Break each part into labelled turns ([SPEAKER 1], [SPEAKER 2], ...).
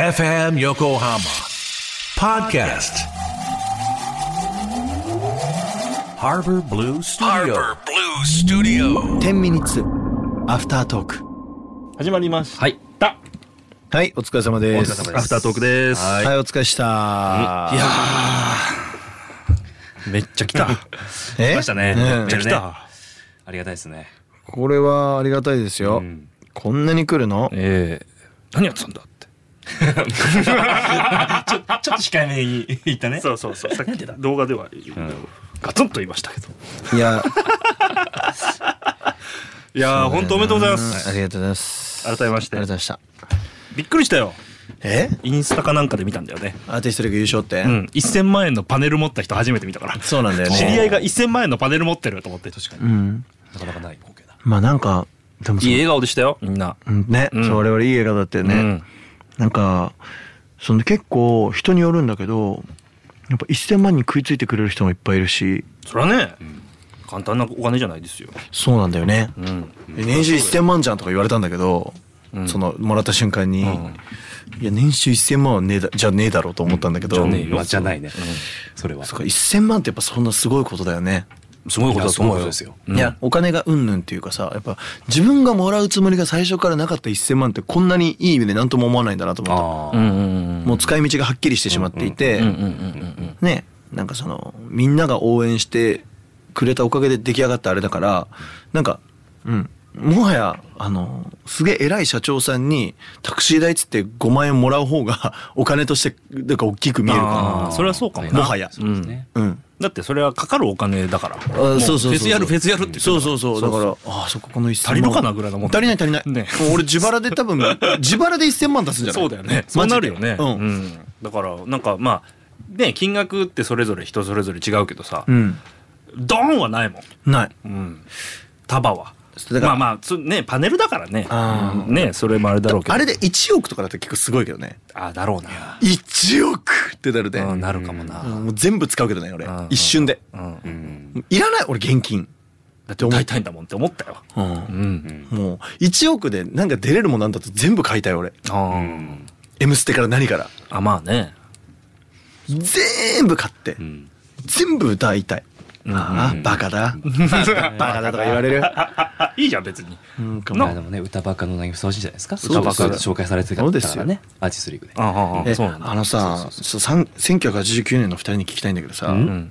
[SPEAKER 1] FM Yokohama Podcast Harbor Blue Studio
[SPEAKER 2] Harbor Blue Studio.
[SPEAKER 3] 10ミニッツアフタートーク
[SPEAKER 4] 始まりました。
[SPEAKER 2] はい。
[SPEAKER 3] はいお疲れ様です
[SPEAKER 2] アフタートークです。
[SPEAKER 3] はい、お疲れしたいや
[SPEAKER 2] めっちゃ来た。
[SPEAKER 3] え
[SPEAKER 2] 来ましたね。
[SPEAKER 3] うん
[SPEAKER 2] めっちゃ来
[SPEAKER 4] 来
[SPEAKER 2] た。
[SPEAKER 4] た。
[SPEAKER 2] ありがたいですね。
[SPEAKER 3] これはありがたいですよ、こんなに来るの
[SPEAKER 5] ええ何やってたんだって
[SPEAKER 2] ちょちょっと控えめに言ったね。
[SPEAKER 4] そうそうそう。さっき動画ではガツンと言いましたけど。
[SPEAKER 3] いや
[SPEAKER 4] いやー本当おめでとうございま
[SPEAKER 3] あ
[SPEAKER 4] す。
[SPEAKER 3] りがとうございます
[SPEAKER 4] 改めまして
[SPEAKER 3] ありがとうございました
[SPEAKER 4] びっくりしたよ。
[SPEAKER 3] え
[SPEAKER 4] インスタかなんかで見たんだよね。
[SPEAKER 3] アーティスト力優勝って、
[SPEAKER 4] うん。1000万円のパネル持った人初めて見たから。
[SPEAKER 3] そうなんだよね
[SPEAKER 4] 知り合いが1000万円のパネル持ってると思って。
[SPEAKER 2] 確か
[SPEAKER 3] う
[SPEAKER 2] に。
[SPEAKER 3] ん
[SPEAKER 2] なかなかない光景だ。
[SPEAKER 3] まあなんかでもそ
[SPEAKER 5] いい笑顔でしたよみんな、
[SPEAKER 3] うんね、
[SPEAKER 5] ん
[SPEAKER 3] そう我々いい映画だったよね、
[SPEAKER 5] うん
[SPEAKER 3] なんかその結構人によるんだけどやっぱ1000万に食いついてくれる人もいっぱいいるし
[SPEAKER 5] それはね、簡単なお金じゃないですよ、
[SPEAKER 3] そうなんだよね、
[SPEAKER 5] うん、
[SPEAKER 3] 年収1000万じゃんとか言われたんだけど、
[SPEAKER 5] うん
[SPEAKER 3] そのもらった瞬間に、いや年収1000万はねえだじゃねえだろうと思ったんだけど、
[SPEAKER 5] うんじゃねえよ
[SPEAKER 2] まあじゃないね。それは。
[SPEAKER 3] そっか1000万ってやっぱそんなすごいことだよね、
[SPEAKER 5] すごいことだと思う
[SPEAKER 2] いやそういうこと
[SPEAKER 5] よ
[SPEAKER 2] ですよ
[SPEAKER 5] うん
[SPEAKER 3] いやお金がうんぬんっていうかさやっぱ自分がもらうつもりが最初からなかった1000万ってこんなにいい意味で何とも思わないんだなと思っ
[SPEAKER 2] あ
[SPEAKER 5] う
[SPEAKER 2] あ。
[SPEAKER 5] んうんうん
[SPEAKER 3] たもう使い道がはっきりしてしまっていて、
[SPEAKER 5] うんうんうんうん
[SPEAKER 3] ねなんかそのみんなが応援してくれたおかげで出来上がったあれだからなんかうんもはやあのすげえ偉い社長さんにタクシー代っつって5万円もらう方が お金としてなんか大きく見える
[SPEAKER 5] あ
[SPEAKER 3] か
[SPEAKER 5] ーそれはそうかも
[SPEAKER 3] も
[SPEAKER 5] な
[SPEAKER 3] はや
[SPEAKER 2] そうですね。
[SPEAKER 3] らうん
[SPEAKER 5] だってそれはかかるお金だから
[SPEAKER 3] あそうそうそうそう
[SPEAKER 5] フェスやるフェスやるって言ってた
[SPEAKER 3] そうそうそうだからああそここの1000万
[SPEAKER 5] 足りるかなぐらいのもん
[SPEAKER 3] 足りない足りない、
[SPEAKER 5] ね
[SPEAKER 3] もう俺自腹で多 分自腹で1000万出すんじゃない
[SPEAKER 5] そうだよねそ
[SPEAKER 3] マ
[SPEAKER 5] う
[SPEAKER 3] ジ
[SPEAKER 5] な
[SPEAKER 3] で
[SPEAKER 5] るよね
[SPEAKER 3] うん、
[SPEAKER 5] だからなんかまあね金額ってそれぞれ人それぞれ違うけどさ、
[SPEAKER 3] うん
[SPEAKER 5] ドーンはないもん
[SPEAKER 3] ない
[SPEAKER 5] うん、束は
[SPEAKER 3] だから
[SPEAKER 5] まあまあつねパネルだからね
[SPEAKER 3] あー
[SPEAKER 5] ねそれもあれだろうけど
[SPEAKER 3] あれで1億とかだと結構すごいけどね
[SPEAKER 5] あだろうな
[SPEAKER 3] 1億ってなるで、
[SPEAKER 5] うんなるかも
[SPEAKER 3] うん
[SPEAKER 5] な
[SPEAKER 3] もう全部使うけどね俺
[SPEAKER 5] うん
[SPEAKER 3] 一瞬で
[SPEAKER 5] うん
[SPEAKER 2] うん。
[SPEAKER 3] いらない俺現金、
[SPEAKER 5] だって歌いたいんだもんって思ったようん
[SPEAKER 3] もう1億でなんか出れるもんなんだと全部買いたい俺
[SPEAKER 5] あ
[SPEAKER 2] う
[SPEAKER 5] ー
[SPEAKER 2] ん。
[SPEAKER 3] 「M ステ」から何から
[SPEAKER 5] あまあね
[SPEAKER 3] 全部買って
[SPEAKER 2] うん。
[SPEAKER 3] 全部歌いたいああバカだバカだとか言われる
[SPEAKER 5] あいいじゃん別に
[SPEAKER 3] うんか
[SPEAKER 2] まあ
[SPEAKER 3] も
[SPEAKER 2] でもね歌バカの名にふさわしいんじゃないですか。
[SPEAKER 3] そうです
[SPEAKER 2] 歌バカ紹介されてた
[SPEAKER 3] そう
[SPEAKER 2] か
[SPEAKER 3] ですよ
[SPEAKER 2] らね。アーティストリーグで。
[SPEAKER 5] ああ
[SPEAKER 3] え
[SPEAKER 5] そうなんだ
[SPEAKER 3] あのさそうさん1989年の2人に聞きたいんだけどさ
[SPEAKER 2] うん
[SPEAKER 5] うん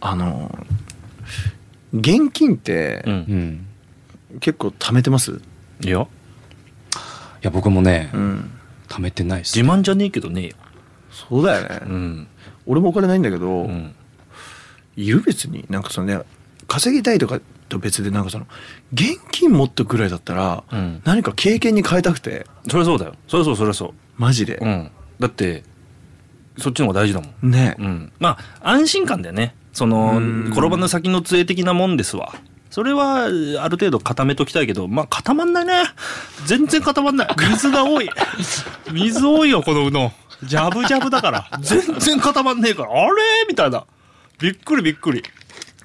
[SPEAKER 3] あの現金って
[SPEAKER 5] うん
[SPEAKER 2] ん。
[SPEAKER 3] 結構貯めてます
[SPEAKER 5] いや
[SPEAKER 2] いや僕もね
[SPEAKER 3] うん
[SPEAKER 2] 貯めてないです
[SPEAKER 5] 自。慢じゃねえけどねえよ
[SPEAKER 3] そうだよね
[SPEAKER 5] うん
[SPEAKER 3] 俺もお金ないんだけど、
[SPEAKER 5] うん
[SPEAKER 3] いる別になんかそのね稼ぎたいとかと別でなんかその現金持っとくぐらいだったら、
[SPEAKER 5] うん
[SPEAKER 3] 何か経験に変えたくて
[SPEAKER 5] そりゃそうだよそりゃそうそりゃそ
[SPEAKER 3] マジで
[SPEAKER 5] うう、んだってそっちの方が大事だもん
[SPEAKER 3] ね、
[SPEAKER 5] うん、まあ安心感だよねその
[SPEAKER 3] うん
[SPEAKER 5] 転ばぬ先の杖的なもんですわそれはある程度固めときたいけどまあ固まんないね全然固まんない水が多い 水多いよこのうどんジャブジャブだから全然固まんねえからあれみたいなびっくりびっくり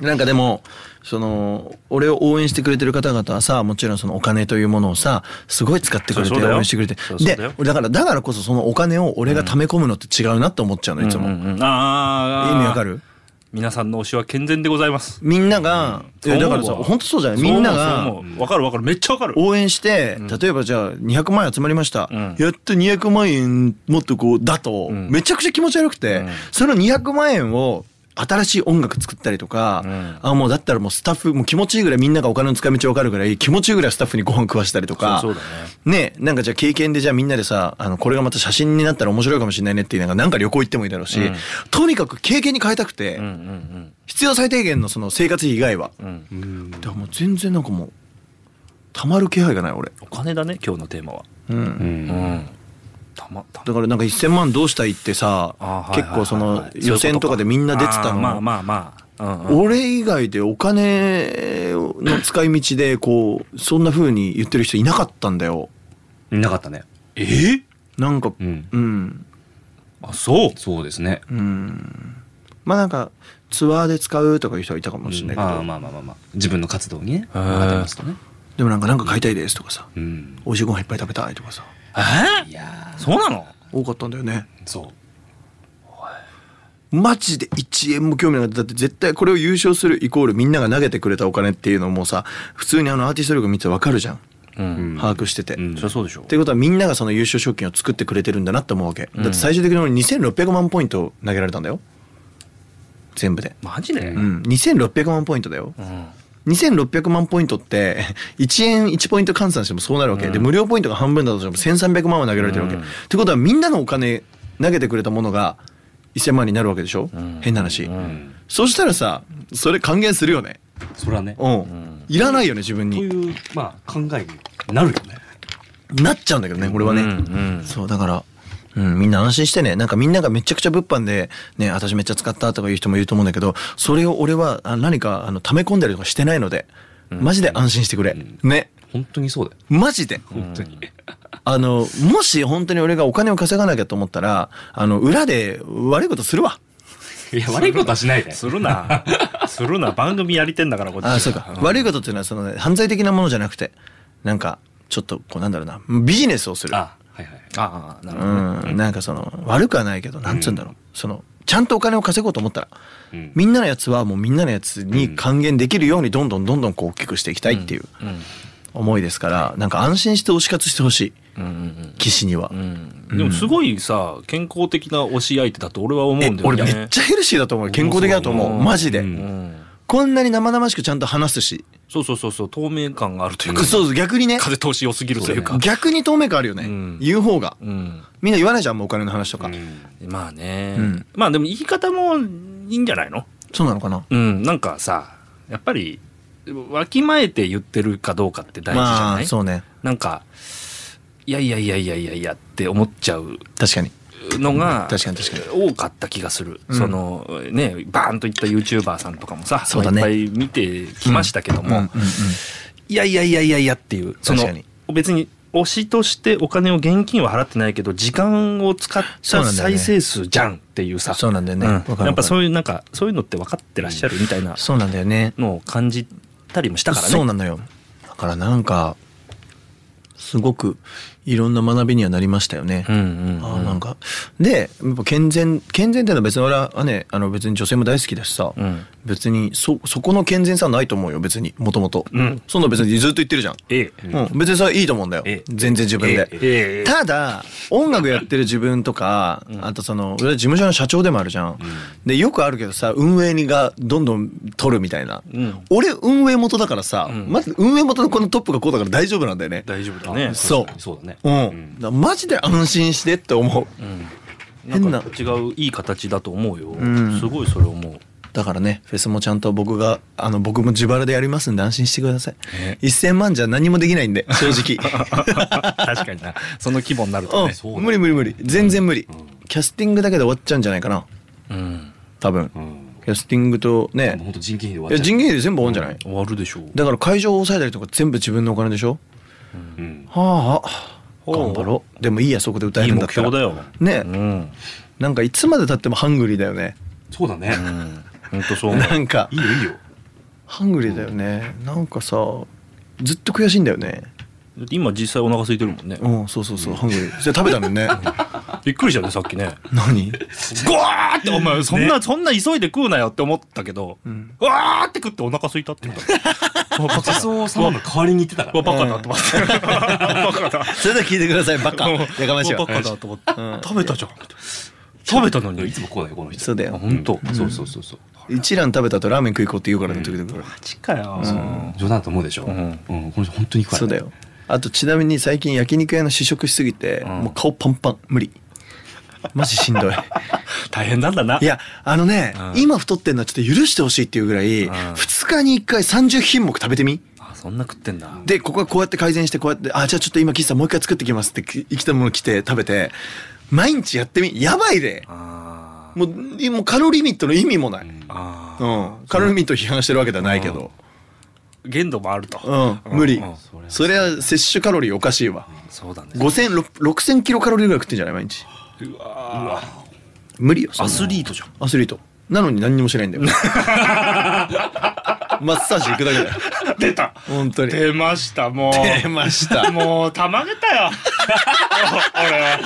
[SPEAKER 3] なんかでもその俺を応援してくれてる方々はさもちろんそのお金というものをさすごい使ってくれて
[SPEAKER 5] そうだよ
[SPEAKER 3] 応援してくれて
[SPEAKER 5] そうそうだ
[SPEAKER 3] で
[SPEAKER 5] よ
[SPEAKER 3] 俺だからだからこそそのお金を俺が貯め込むのって違うなって思っちゃうのいつも、
[SPEAKER 5] うんうんうんああ
[SPEAKER 3] 意味わかる
[SPEAKER 5] 皆さんの推しは健全でございます
[SPEAKER 3] みんなが、
[SPEAKER 5] うん
[SPEAKER 3] いやだからさ
[SPEAKER 5] そう思うわ
[SPEAKER 3] 本当そうじゃないみんなが
[SPEAKER 5] そう思うそう思うわかるわかるめっちゃわかる
[SPEAKER 3] 応援して、例えばじゃあ200万円集まりました、
[SPEAKER 5] うん
[SPEAKER 3] やっと200万円もっとこうだと、
[SPEAKER 5] ん
[SPEAKER 3] めちゃくちゃ気持ち悪くて、
[SPEAKER 5] うん
[SPEAKER 3] その200万円を新しい音楽作ったりとか、
[SPEAKER 5] うん
[SPEAKER 3] あもうだったらもうスタッフもう気持ちいいぐらいみんながお金の使い道わかるぐらい気持ちいいぐらいスタッフにご飯食わしたりとか
[SPEAKER 5] そうそうだ
[SPEAKER 3] ねなんかじゃあ経験でじゃあみんなでさあのこれがまた写真になったら面白いかもしれないねって言いながらなんか旅行行ってもいいだろうし、
[SPEAKER 5] うん
[SPEAKER 3] とにかく経験に変えたくて、
[SPEAKER 5] うんうん
[SPEAKER 3] 必要最低限のその生活費以外は。
[SPEAKER 5] うんうん
[SPEAKER 2] うん。
[SPEAKER 3] だからもう全然なんかもうたまる気配がない俺。
[SPEAKER 5] お金だね今日のテーマは
[SPEAKER 3] うん
[SPEAKER 2] うん。
[SPEAKER 5] んたまたま
[SPEAKER 3] だからなんか1,000万どうしたいってさ
[SPEAKER 5] あーはいはい
[SPEAKER 3] 結構そ
[SPEAKER 5] はい
[SPEAKER 3] の
[SPEAKER 5] はいそういうことか
[SPEAKER 3] 予選とかでみんな出てた
[SPEAKER 5] あーまあ
[SPEAKER 3] の
[SPEAKER 5] まあまあ、うんうん
[SPEAKER 3] 俺以外でお金の使い道でこうそんな風に言ってる人いなかったんだよ
[SPEAKER 2] いなかったね。
[SPEAKER 5] えー
[SPEAKER 3] なんか
[SPEAKER 2] うん。
[SPEAKER 3] うん
[SPEAKER 5] あそう
[SPEAKER 2] そうですね。
[SPEAKER 3] うんまあなんかツアーで使うとかいう人はいたかもしれないけ
[SPEAKER 2] ま
[SPEAKER 3] ど、
[SPEAKER 2] あまあまあまあまあ自分の活動にね
[SPEAKER 5] へー
[SPEAKER 2] 当てますとね
[SPEAKER 3] でもなんかなんか買いたいですとかさ
[SPEAKER 2] うん
[SPEAKER 3] 美味しいご飯いっぱい食べたいとかさ
[SPEAKER 5] え
[SPEAKER 2] いや
[SPEAKER 5] ー、そうなの
[SPEAKER 3] 多かったんだよね
[SPEAKER 2] そ
[SPEAKER 3] マジで1円も興味なかっただって絶対これを優勝するイコールみんなが投げてくれたお金っていうのもさ普通にあのアーティスト力見てたら分かるじゃん、
[SPEAKER 5] うん。
[SPEAKER 3] 把握してて、
[SPEAKER 2] う。うん
[SPEAKER 5] そりゃそうでしょ
[SPEAKER 3] っていうことはみんながその優勝賞金を作ってくれてるんだなって思うわけ、だって最終的に俺2600万ポイント投げられたんだよ全部で、
[SPEAKER 5] マジで
[SPEAKER 3] う。ん、2600万ポイントだよ、2600万ポイントって1円1ポイント換算してもそうなるわけ、で無料ポイントが半分だとしても1300万は投げられてるわけ、ってことはみんなのお金投げてくれたものが1000万になるわけでしょ、変な話、そしたらさそれ還元するよね
[SPEAKER 2] それはね。
[SPEAKER 3] うん、いらないよね自分
[SPEAKER 2] とい
[SPEAKER 3] に
[SPEAKER 2] う、まあ、考えになるよね。
[SPEAKER 3] なっちゃうんだけどね俺はね、そうだからうん、みんな安心してね。なんかみんながめちゃくちゃ物販で、ね、私めっちゃ使ったとかいう人もいると思うんだけど、それを俺はあ何かあの溜め込んだりとかしてないので、マジで安心してくれ。ね。
[SPEAKER 2] 本当にそうだよ。
[SPEAKER 3] マジで。
[SPEAKER 2] 本当に。
[SPEAKER 3] あの、もし本当に俺がお金を稼がなきゃと思ったら、あの、裏で悪いことするわ。
[SPEAKER 2] いや、悪いことはしないで。
[SPEAKER 5] するな。するな。番組やりてんだから、こっちが
[SPEAKER 3] あ、そうか。悪いことっていうのは、その、ね、犯罪的なものじゃなくて、なんか、ちょっと、こう、なんだろうな、ビジネスをする。
[SPEAKER 2] あ、はいはい。
[SPEAKER 5] ああ、なる
[SPEAKER 3] う
[SPEAKER 5] ほどね。
[SPEAKER 3] ん、なんかその、悪くはないけど、なんつうんだろう。その、ちゃんとお金を稼ごうと思ったら、
[SPEAKER 2] うん
[SPEAKER 3] みんなのやつはもうみんなのやつに還元できるようにどんどんどんどんこう大きくしていきたいっていう思いですから、なんか安心して推し活してほしい。
[SPEAKER 5] うんうん
[SPEAKER 3] 岸には。
[SPEAKER 5] うんうん。でもすごいさ、健康的な推し相手だと俺は思うんだよね。
[SPEAKER 3] 俺めっちゃヘルシーだと思うよ健康的だと思う
[SPEAKER 5] うん
[SPEAKER 3] マジで、
[SPEAKER 2] うん
[SPEAKER 5] うん
[SPEAKER 3] こんなに生々しくちゃんと話すし、
[SPEAKER 5] そうそうそうそう、透明感があるというか、
[SPEAKER 3] そうそう逆にね
[SPEAKER 5] 風通し良すぎるというか。
[SPEAKER 3] 逆に透明感あるよね、
[SPEAKER 5] うん
[SPEAKER 3] 言う方が
[SPEAKER 5] うん。
[SPEAKER 3] みんな言わないじゃんもうお金の話とか、
[SPEAKER 5] まあね、
[SPEAKER 3] うん
[SPEAKER 5] まあでも言い方もいいんじゃないの
[SPEAKER 3] そうなのかな
[SPEAKER 5] うん、なんかさ、やっぱり、わきまえて言ってるかどうかって大事じゃ
[SPEAKER 3] ま
[SPEAKER 5] ない、
[SPEAKER 3] あそうね
[SPEAKER 5] なんか、いやいやいやいやいやいやって思っちゃう
[SPEAKER 3] 確かに
[SPEAKER 5] のが、
[SPEAKER 3] 確かに確かに
[SPEAKER 5] 多かった気がする、そのねバーンといった YouTuber さんとかもさ
[SPEAKER 3] そうだね
[SPEAKER 5] まあいっぱい見てきましたけど
[SPEAKER 3] うん
[SPEAKER 5] も、
[SPEAKER 3] うんうん
[SPEAKER 5] いやいやいやいやいやっていうその
[SPEAKER 3] 確かに
[SPEAKER 5] 別に推しとしてお金を現金は払ってないけど時間を使っ
[SPEAKER 3] そう
[SPEAKER 5] た
[SPEAKER 3] なんだよね
[SPEAKER 5] 再生数じゃんっていうさ
[SPEAKER 3] そうなんだよね
[SPEAKER 5] ん
[SPEAKER 3] わかるわかる
[SPEAKER 5] やっぱそういうなんかそういうのって分かってらっしゃるみたいな
[SPEAKER 3] そうなんだよね
[SPEAKER 5] のを感じたりもしたからね
[SPEAKER 3] そうなのよだからなんかすごくいろんな学びにはなりましたよね、
[SPEAKER 5] うんうんうん
[SPEAKER 3] あーなんかでやっぱ健全健全っていうのは別に俺はねあの別に女性も大好きだしさ、
[SPEAKER 5] うん
[SPEAKER 3] 別にそそこの健全さはないと思うよ別にもともと
[SPEAKER 5] うん
[SPEAKER 3] そんな別にずっと言ってるじゃん、
[SPEAKER 5] ええ
[SPEAKER 3] うん、別にそれはいいと思うんだよ
[SPEAKER 5] ええ
[SPEAKER 3] 全然自分で、
[SPEAKER 5] えええ
[SPEAKER 3] ただ音楽やってる自分とか、あとその俺は事務所の社長でもあるじゃん、でよくあるけどさ運営がどんどん取るみたいな、
[SPEAKER 5] ん
[SPEAKER 3] 俺運営元だからさ、まず運営元のこのトップがこうだから大丈夫なんだよね
[SPEAKER 5] 大丈夫だね
[SPEAKER 3] そう
[SPEAKER 2] そうだね。
[SPEAKER 3] うん、だからマジで安心してって思う、変な
[SPEAKER 5] なんか違ういい形だと思うよ、
[SPEAKER 3] ん
[SPEAKER 5] すごいそれ思う
[SPEAKER 3] だからねフェスもちゃんと僕があの僕も自腹でやりますんで安心してください、1,000万じゃ何もできないんで正 直
[SPEAKER 5] 確かになその規模になるとね
[SPEAKER 3] うん、無理無理無理全然無理、キャスティングだけで終わっちゃうんじゃないかな
[SPEAKER 5] うん
[SPEAKER 3] 多分、
[SPEAKER 2] うん。
[SPEAKER 3] キャスティングとね
[SPEAKER 2] 本当人件費で終わ
[SPEAKER 3] いや
[SPEAKER 2] っちゃう。
[SPEAKER 3] 人件費で全部終わんじゃない、
[SPEAKER 5] 終わるでしょう
[SPEAKER 3] だから会場を抑えたりとか全部自分のお金でしょ
[SPEAKER 2] うん。
[SPEAKER 3] はあ頑張ろうでもいいやそこで歌え
[SPEAKER 5] いい
[SPEAKER 3] るんだ
[SPEAKER 5] 目
[SPEAKER 3] ったら
[SPEAKER 5] 標だよ
[SPEAKER 3] ね、
[SPEAKER 5] うん
[SPEAKER 3] なんかいつまでたってもハングリーだよね
[SPEAKER 2] そうだね。
[SPEAKER 5] 本当そう思う
[SPEAKER 3] なんか
[SPEAKER 2] いいよいいよ。
[SPEAKER 3] ハングリーだよねなんかさずっと悔しいんだよね
[SPEAKER 5] だって今実際お腹空いてるもんね
[SPEAKER 3] うんそうそうそうハングリーそれ食べたのね
[SPEAKER 5] びっくりしたねさっきね
[SPEAKER 3] 何
[SPEAKER 5] ゴワーってお前そんな、そんな急いで食うなよって思ったけど、うわーって食ってお腹空いたって言ったわバカ
[SPEAKER 2] カツオ様の代わりに言ってたから。
[SPEAKER 5] バカだと思ってバカだ
[SPEAKER 3] それでは聞いてくださ いバカやかましい
[SPEAKER 5] バ
[SPEAKER 3] わ
[SPEAKER 5] カだと思って
[SPEAKER 3] うん
[SPEAKER 5] 食べたじゃん食べたのに
[SPEAKER 2] いつもこうだよこの人。
[SPEAKER 3] そうだよ
[SPEAKER 2] 本当。そうそうそうそう。
[SPEAKER 3] 一蘭食べたとラーメン食いこうって言うからね時々俺
[SPEAKER 5] マジかよ、
[SPEAKER 2] 冗談だと思うでしょ。うん。この人本当に食わない。
[SPEAKER 3] そうだ。よあとちなみに最近焼肉屋の試食しすぎて、もう顔パンパン無理マジしん どい
[SPEAKER 5] 大変なんだない
[SPEAKER 3] やあのね、今太ってんのはちょっと許してほしいっていうぐらい、2日に1回30品目食べてみ
[SPEAKER 5] あそんな食ってんだ
[SPEAKER 3] でここはこうやって改善してこうやってあじゃあちょっと今喫茶もう一回作ってきますってき生きたもの来て食べて毎日やってみやばいで
[SPEAKER 5] あ
[SPEAKER 3] もういもうカロリーミットの意味もない、うん
[SPEAKER 5] ーあ
[SPEAKER 3] カロリーミットを批判してるわけではないけど、
[SPEAKER 5] ー限度もあると、
[SPEAKER 3] うん、無理、
[SPEAKER 5] うん
[SPEAKER 3] それは摂取カロリーおかしいわ、
[SPEAKER 5] そうだね
[SPEAKER 3] 5000 6000キロカロリーぐらい食ってんじゃない毎日無理よそんな
[SPEAKER 5] アスリートじゃん
[SPEAKER 3] アスリートなのに何にもしないんだよマッサージ行くだけだよ
[SPEAKER 5] 出た
[SPEAKER 3] 本当に
[SPEAKER 5] 出ましたもう
[SPEAKER 3] 出ました
[SPEAKER 5] もうたまげたよ俺は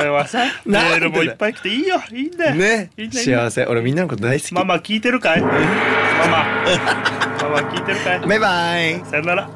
[SPEAKER 5] 俺はさメ
[SPEAKER 3] なんでだよ
[SPEAKER 5] ールもいっぱい来ていいよいいんだよ
[SPEAKER 3] ね
[SPEAKER 5] いいんだよいいんだよ
[SPEAKER 3] 幸せ俺みんなのこと大好き
[SPEAKER 5] マ
[SPEAKER 3] バ
[SPEAKER 5] マ聞いてるかいママママ聞いてるかい
[SPEAKER 3] イバイ
[SPEAKER 5] さよなら